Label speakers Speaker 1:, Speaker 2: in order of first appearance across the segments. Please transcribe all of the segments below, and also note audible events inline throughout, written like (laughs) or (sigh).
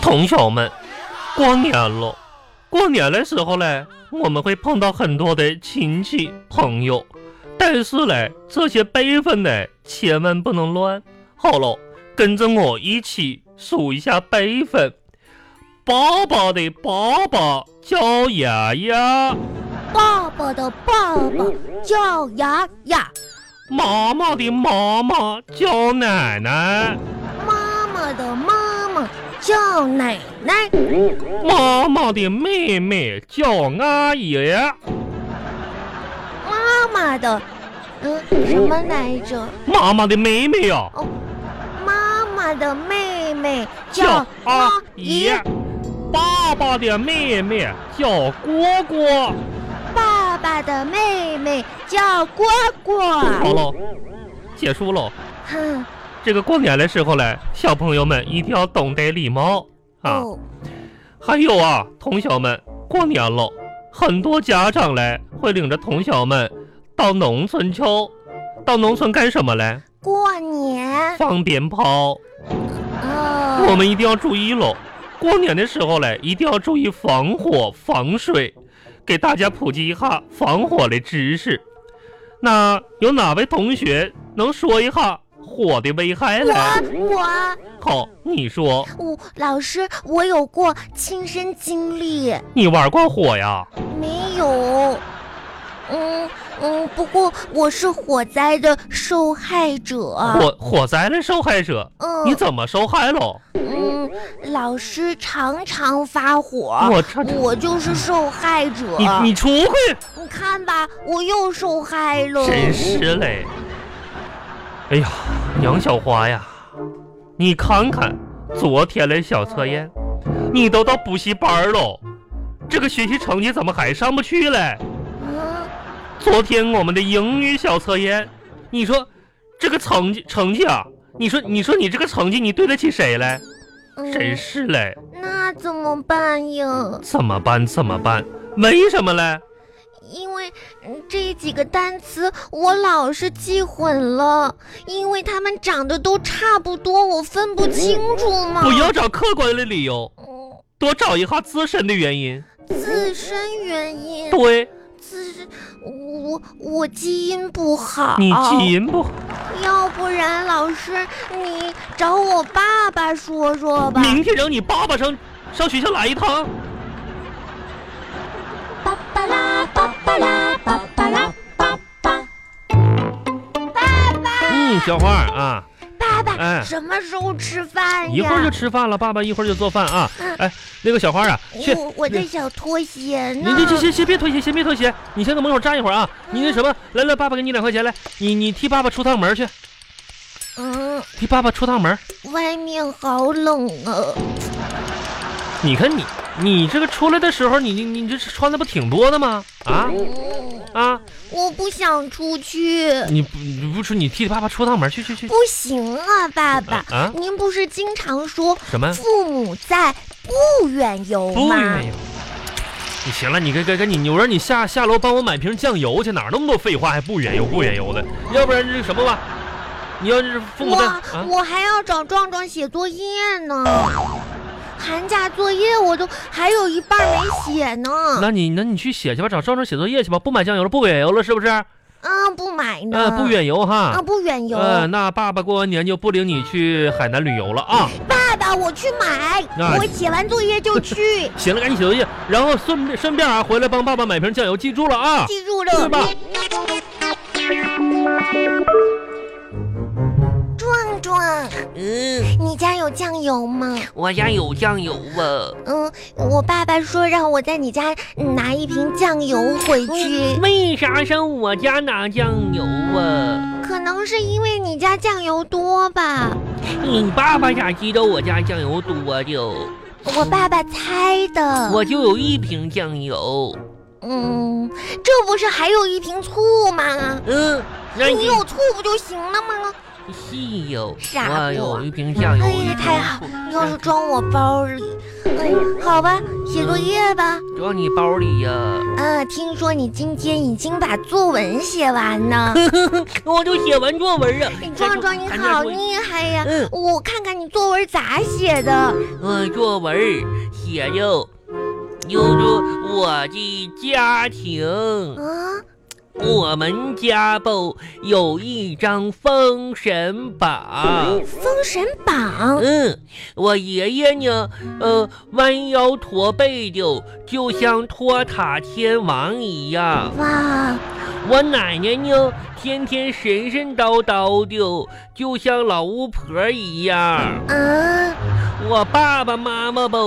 Speaker 1: 同学们，过年了，过年的时候嘞，我们会碰到很多的亲戚朋友，但是嘞，这些辈分呢，千万不能乱。好了，跟着我一起数一下辈分。爸爸的爸爸叫雅雅，
Speaker 2: 爸爸的爸爸叫雅雅，
Speaker 1: 妈妈的妈妈叫奶奶，
Speaker 2: 妈妈的妈妈叫奶奶，
Speaker 1: 妈妈的妹妹叫阿姨。
Speaker 2: 妈妈的，嗯，什么来着？
Speaker 1: 妈妈的妹妹呀、
Speaker 2: 哦，妈妈的妹妹
Speaker 1: 叫
Speaker 2: 叫
Speaker 1: 阿
Speaker 2: 阿
Speaker 1: 姨
Speaker 2: 姨，，啊
Speaker 1: 爸爸的妹妹叫蝈蝈。
Speaker 2: 爸爸的妹妹叫蝈
Speaker 1: 好
Speaker 2: 蝈。
Speaker 1: 了，结束了。
Speaker 2: 哼，
Speaker 1: 这个过年的时候嘞，小朋友们一定要懂得礼貌啊。
Speaker 2: 哦，
Speaker 1: 还有啊，同学们，过年了，很多家长嘞会领着同学们到农村去。到农村干什么嘞？
Speaker 2: 过年，
Speaker 1: 放鞭炮。
Speaker 2: 哦，
Speaker 1: 我们一定要注意喽。过年的时候嘞，一定要注意防火防水，给大家普及一下防火的知识。那有哪位同学能说一下火的危害嘞？
Speaker 2: 我我
Speaker 1: 好，你说
Speaker 2: 我哦老师，我有过亲身经历，
Speaker 1: 你玩过火呀？
Speaker 2: 没有。嗯嗯，不过我是火灾的受害者。
Speaker 1: 火火灾的受害者，你
Speaker 2: 啊嗯
Speaker 1: 怎么受害了？
Speaker 2: 嗯，老师常常发火，
Speaker 1: 我操！
Speaker 2: 我就是受害者。
Speaker 1: 你你出去！
Speaker 2: 你看吧，我又受害了。
Speaker 1: 真是嘞！哎呀，杨小花呀，你看看昨天的小测验，你都到补习班喽，这个学习成绩怎么还上不去嘞？
Speaker 2: 嗯，
Speaker 1: 昨天我们的英语小测验，你说这个成绩成绩啊，你说你说你这个成绩，你对得起谁嘞？
Speaker 2: 嗯
Speaker 1: 真是嘞，
Speaker 2: 那怎么办呀？
Speaker 1: 怎么办？怎么办？为什么嘞？
Speaker 2: 因为嗯这几个单词我老是记混了，因为它们长得都差不多，我分不清楚嘛。
Speaker 1: 不要找客观的理由，
Speaker 2: 嗯，
Speaker 1: 多找一下自身的原因。
Speaker 2: 自身原因，
Speaker 1: 对
Speaker 2: 自身我我基因不好，
Speaker 1: 你基因不好。
Speaker 2: 要不然老师你找我爸爸说说吧。
Speaker 1: 明天让你爸爸上上学校来一趟。
Speaker 2: 巴巴拉巴巴拉巴巴拉巴巴。
Speaker 1: 嗯，小花儿啊，
Speaker 2: 爸爸，
Speaker 1: 哎
Speaker 2: 什么时候吃哎饭呀？嗯
Speaker 1: 一会儿就吃饭了，爸爸一会儿就做饭啊。哎，那个小花儿啊，去，
Speaker 2: 我我在想拖鞋
Speaker 1: 你
Speaker 2: 呢。
Speaker 1: 这这先先别脱鞋，先别脱鞋，你先搁门口站一会儿啊。
Speaker 2: 嗯
Speaker 1: 你那什么，来来，爸爸给你两块钱，来，你你替爸爸出趟门去，
Speaker 2: 嗯，
Speaker 1: 替爸爸出趟门。
Speaker 2: 外面好冷啊。
Speaker 1: 你看你你这个出来的时候，你你你这穿的不挺多的吗？啊
Speaker 2: 嗯，
Speaker 1: 啊，
Speaker 2: 我不想出去。
Speaker 1: 你不你不出，你替爸爸出趟门去去去
Speaker 2: 不。行啊，爸爸，
Speaker 1: 啊
Speaker 2: 您不是经常说
Speaker 1: 什么？
Speaker 2: 父母在，不远游
Speaker 1: 嗯不
Speaker 2: 吗
Speaker 1: 愿？意。你行了，你跟跟跟你，我让你下下楼帮我买瓶酱油去，哪儿那么多废话，还不远游不远游的，要不然这什么吧？你要是父母在
Speaker 2: 我
Speaker 1: 啊，
Speaker 2: 我还要找壮壮写作业呢，寒假作业我都还有一半没写呢。
Speaker 1: 那你那你去写去吧，找赵正写作业去吧，不买酱油了，不远游了，是不是？
Speaker 2: 啊，不买呢。
Speaker 1: 嗯，不远游
Speaker 2: 啊，
Speaker 1: 哈。
Speaker 2: 不远游。
Speaker 1: 嗯，那爸爸过完年就不领你去海南旅游了啊。
Speaker 2: 爸爸，我去买
Speaker 1: 那，，
Speaker 2: 我写完作业就去
Speaker 1: (laughs) 行了，赶紧写作业，然后顺便顺便啊，回来帮爸爸买瓶酱油，记住了啊。
Speaker 2: 记住
Speaker 1: 是
Speaker 2: 了。
Speaker 1: 吧？
Speaker 2: 壮壮，
Speaker 3: 嗯，
Speaker 2: 你家有酱油吗？
Speaker 3: 我家有酱油啊。
Speaker 2: 嗯，我爸爸说让我在你家拿一瓶酱油回
Speaker 3: 嗯
Speaker 2: 去，
Speaker 3: 为啥上我家拿酱油啊？
Speaker 2: 可能是因为你家酱油多吧，
Speaker 3: 你爸爸咋知道我家酱油多就？
Speaker 2: 我爸爸猜的。
Speaker 3: 我就有一瓶酱油。
Speaker 2: 嗯，这不是还有一瓶醋吗？
Speaker 3: 嗯，那
Speaker 2: 你
Speaker 3: 你
Speaker 2: 有醋不就行了吗？
Speaker 3: 稀有，
Speaker 2: 傻瓜
Speaker 3: 我有一瓶酱油。
Speaker 2: 哎呀太好要是装我包里，哎呀，好吧，写作业吧。
Speaker 3: 装你包里呀、
Speaker 2: 啊，听说你今天已经把作文写完
Speaker 3: (laughs)
Speaker 2: 呢，
Speaker 3: 我都写完作文了。
Speaker 2: 你壮壮你好
Speaker 3: 你
Speaker 2: 厉害呀！
Speaker 3: 嗯
Speaker 2: 我看看你作文咋写的。
Speaker 3: 嗯，作文儿写着，有着我的家庭，
Speaker 2: 啊，
Speaker 3: 我们家吧有一张封神榜。
Speaker 2: 封神榜，
Speaker 3: 嗯，我爷爷呢，呃，弯腰驼背的，就像托塔天王一样。
Speaker 2: 哇，
Speaker 3: 我奶奶呢，天天神神叨叨的，就像老巫婆一样。
Speaker 2: 啊，
Speaker 3: 我爸爸妈妈吧，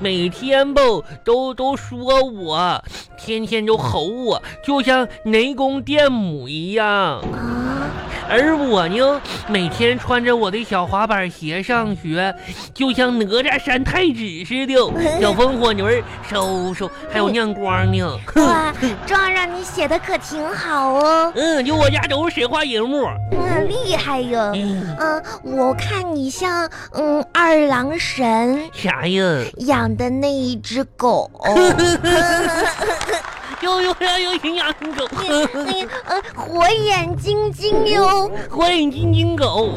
Speaker 3: 每天吧都都说我，天天都吼我，就像雷公电母一样。
Speaker 2: 啊，
Speaker 3: 而我呢，每天穿着我的小滑板鞋上学，就像哪吒扇太子似的，小风火轮儿收收，还有亮光呢。
Speaker 2: 哇，壮壮你写的可挺好哦，
Speaker 3: 嗯，就我家都是神话人物。
Speaker 2: 嗯，厉害哟。
Speaker 3: 嗯，
Speaker 2: 嗯，我看你像嗯二郎神
Speaker 3: 啥呀？
Speaker 2: 养的那一只狗。
Speaker 3: (laughs) 又又又又营养
Speaker 2: (laughs)
Speaker 3: 狗，
Speaker 2: 那个呃，火眼金睛哟，
Speaker 3: 火影金睛
Speaker 2: (laughs)
Speaker 3: 狗，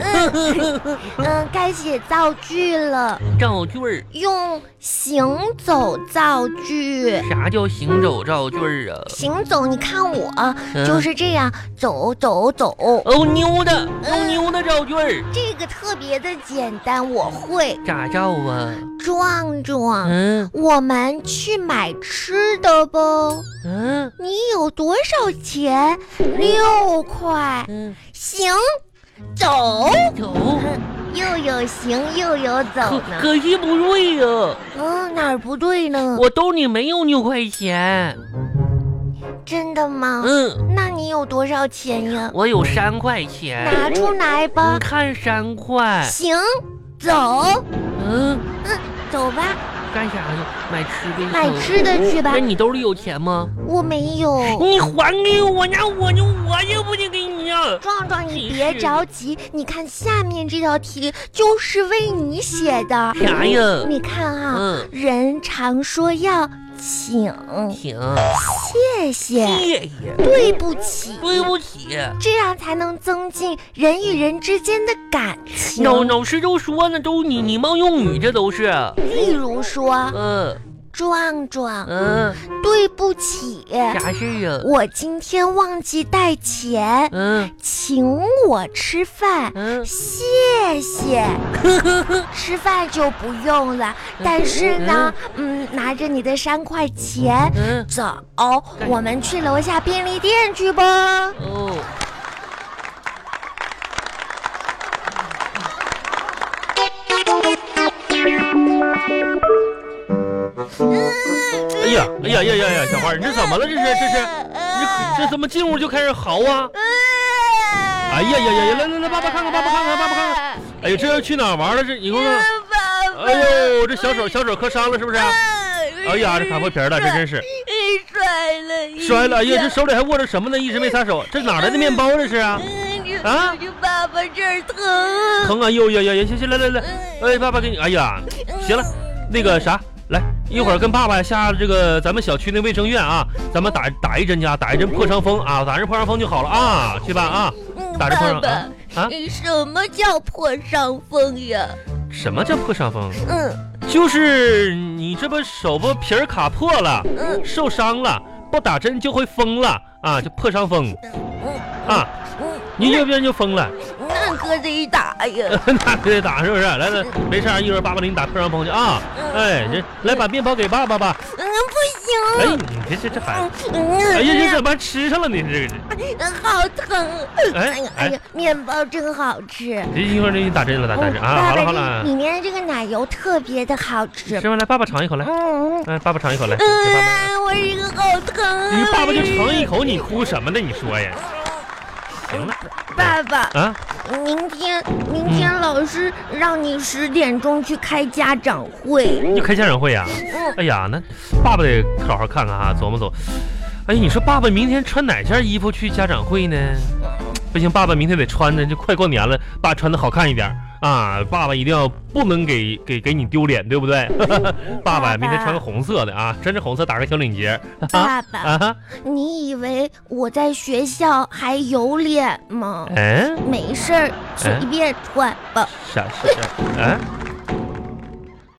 Speaker 2: 嗯、该写造句了，
Speaker 3: 造句儿。
Speaker 2: 用行走造句。
Speaker 3: 啥叫行走造句儿啊？
Speaker 2: 行走，你看我
Speaker 3: 嗯
Speaker 2: (laughs) 就是这样走走走，
Speaker 3: 哦，妞的，用妞的造句儿，
Speaker 2: 这个特别的简单，我会。
Speaker 3: 咋造啊？
Speaker 2: 壮壮，
Speaker 3: 嗯
Speaker 2: 我们去买吃的不？
Speaker 3: 嗯
Speaker 2: 你有多少钱？六块。
Speaker 3: 嗯，
Speaker 2: 行，走，
Speaker 3: 走，
Speaker 2: 又有行又有走
Speaker 3: 可
Speaker 2: 呢。
Speaker 3: 可惜不对呀、
Speaker 2: 嗯，哪儿不对呢？
Speaker 3: 我兜里没有六块钱，
Speaker 2: 真的吗？
Speaker 3: 嗯，
Speaker 2: 那你有多少钱呀？
Speaker 3: 我有三块钱，
Speaker 2: 拿出来吧
Speaker 3: 你。看三块，
Speaker 2: 行，走，
Speaker 3: 嗯，
Speaker 2: 走吧，
Speaker 3: 干啥去？买吃的去？
Speaker 2: 买吃的去吧
Speaker 3: 那。你兜里有钱吗？
Speaker 2: 我没有。
Speaker 3: 你还给我，那我就我就不得给你呀、
Speaker 2: 壮壮，你
Speaker 3: 你
Speaker 2: 别
Speaker 3: 是
Speaker 2: 着急，你看下面这道题就是为你写的。
Speaker 3: 啥哎呀
Speaker 2: 你看啊，
Speaker 3: 嗯，
Speaker 2: 人常说要请，
Speaker 3: 行，
Speaker 2: 谢谢，
Speaker 3: 谢谢，
Speaker 2: 对不起，
Speaker 3: 嗯对不起。
Speaker 2: 这样才能增进人与人之间的感情。
Speaker 3: 老老师都说了，都你你冒用语，这都是，
Speaker 2: 例如说，
Speaker 3: 嗯
Speaker 2: 壮壮，
Speaker 3: 嗯，
Speaker 2: 对不起。
Speaker 3: 啥事儿啊？
Speaker 2: 我今天忘记带钱，
Speaker 3: 嗯
Speaker 2: 请我吃饭，
Speaker 3: 嗯，
Speaker 2: 谢谢。吃饭就不用了，但是呢，嗯，拿着你的三块钱
Speaker 3: 嗯
Speaker 2: 走
Speaker 3: 对，
Speaker 2: 我们去楼下便利店去吧。
Speaker 3: 哦，
Speaker 1: 哎呀，哎呀呀呀呀，小花，你这怎么了？这是哎这是，你可这怎么进屋就开始嚎啊？哎呀呀呀呀！来来来，爸爸看看，爸爸看看，爸爸看看。哎呀，这要去哪儿玩了？这你给我看看。
Speaker 2: 爸
Speaker 1: 哎呦，这小手小手磕伤了是不是？哎
Speaker 2: 哎
Speaker 1: 呀，这卡破皮儿了，这真是
Speaker 2: 摔了，
Speaker 1: 摔了。哎呀，这手里还握着什么呢？一直没撒手，这哪来的面包这是啊？
Speaker 2: 这
Speaker 1: 啊，
Speaker 2: 嗯爸爸这儿疼。
Speaker 1: 疼啊！呦呀呀呀！行行，来来来，哎，爸爸给你。哎呀，行了，那个啥，来一会儿跟爸爸下这个咱们小区那卫生院啊，咱们打打一针去啊，打一针破伤风啊，打上破伤风就好了啊，去吧啊。
Speaker 2: 嗯，
Speaker 1: 打着破伤
Speaker 2: 爸
Speaker 1: 啊
Speaker 2: 爸
Speaker 1: 啊
Speaker 2: 什么叫破伤风呀？
Speaker 1: 什么叫破伤风？
Speaker 2: 嗯
Speaker 1: 就是你这不手不皮儿卡破了，
Speaker 2: 嗯
Speaker 1: 受伤了，不打针就会疯了啊，就破伤风
Speaker 2: 嗯
Speaker 1: 啊，
Speaker 2: 嗯，
Speaker 1: 你要不然就疯了，
Speaker 2: 那可得打呀。
Speaker 1: (laughs) 那可得打是不是？来来，没事儿，一会儿爸爸给你打破伤风去啊。哎，这来把面包给爸爸吧。
Speaker 2: 嗯，
Speaker 1: 哎，
Speaker 2: 不行。
Speaker 1: 你这这这孩子，
Speaker 2: 嗯，
Speaker 1: 哎呀，这怎么吃上了呢？这个
Speaker 2: 嗯好疼！哎
Speaker 1: 哎
Speaker 2: 呀哎
Speaker 1: 哎
Speaker 2: 呀，面包真好吃。
Speaker 1: 这一会儿给你打针了，打打针啊。
Speaker 2: 嗯爸
Speaker 1: 好了好
Speaker 2: 爸这
Speaker 1: 了，
Speaker 2: 里面这个奶油特别的好吃。
Speaker 1: 吃完来，爸爸尝一口来，
Speaker 2: 嗯，
Speaker 1: 哎，爸爸尝一口来，给爸爸。
Speaker 2: 嗯，我这个好疼啊。
Speaker 1: 你爸爸就
Speaker 2: 我这个
Speaker 1: 尝一口，你哭什么呢？你说呀？行了
Speaker 2: 爸爸，
Speaker 1: 啊。
Speaker 2: 明天明天老师让你十点钟去开家长会。
Speaker 1: 就开家长会呀、
Speaker 2: 嗯
Speaker 1: (laughs) 哎呀，那爸爸得好好看看哈、琢磨琢磨。哎，你说爸爸明天穿哪件衣服去家长会呢？不行，爸爸明天得穿着，就快过年了，爸穿的好看一点啊！爸爸一定要不能给给给你丢脸，对不对？ (laughs) 爸爸明天穿个红色的啊，穿着红色打个小领结
Speaker 2: 爸爸，
Speaker 1: 啊哈，
Speaker 2: 你以为我在学校还有脸吗？
Speaker 1: 嗯、哎
Speaker 2: 没事儿，随便穿吧。
Speaker 1: 啥啥啥？哎、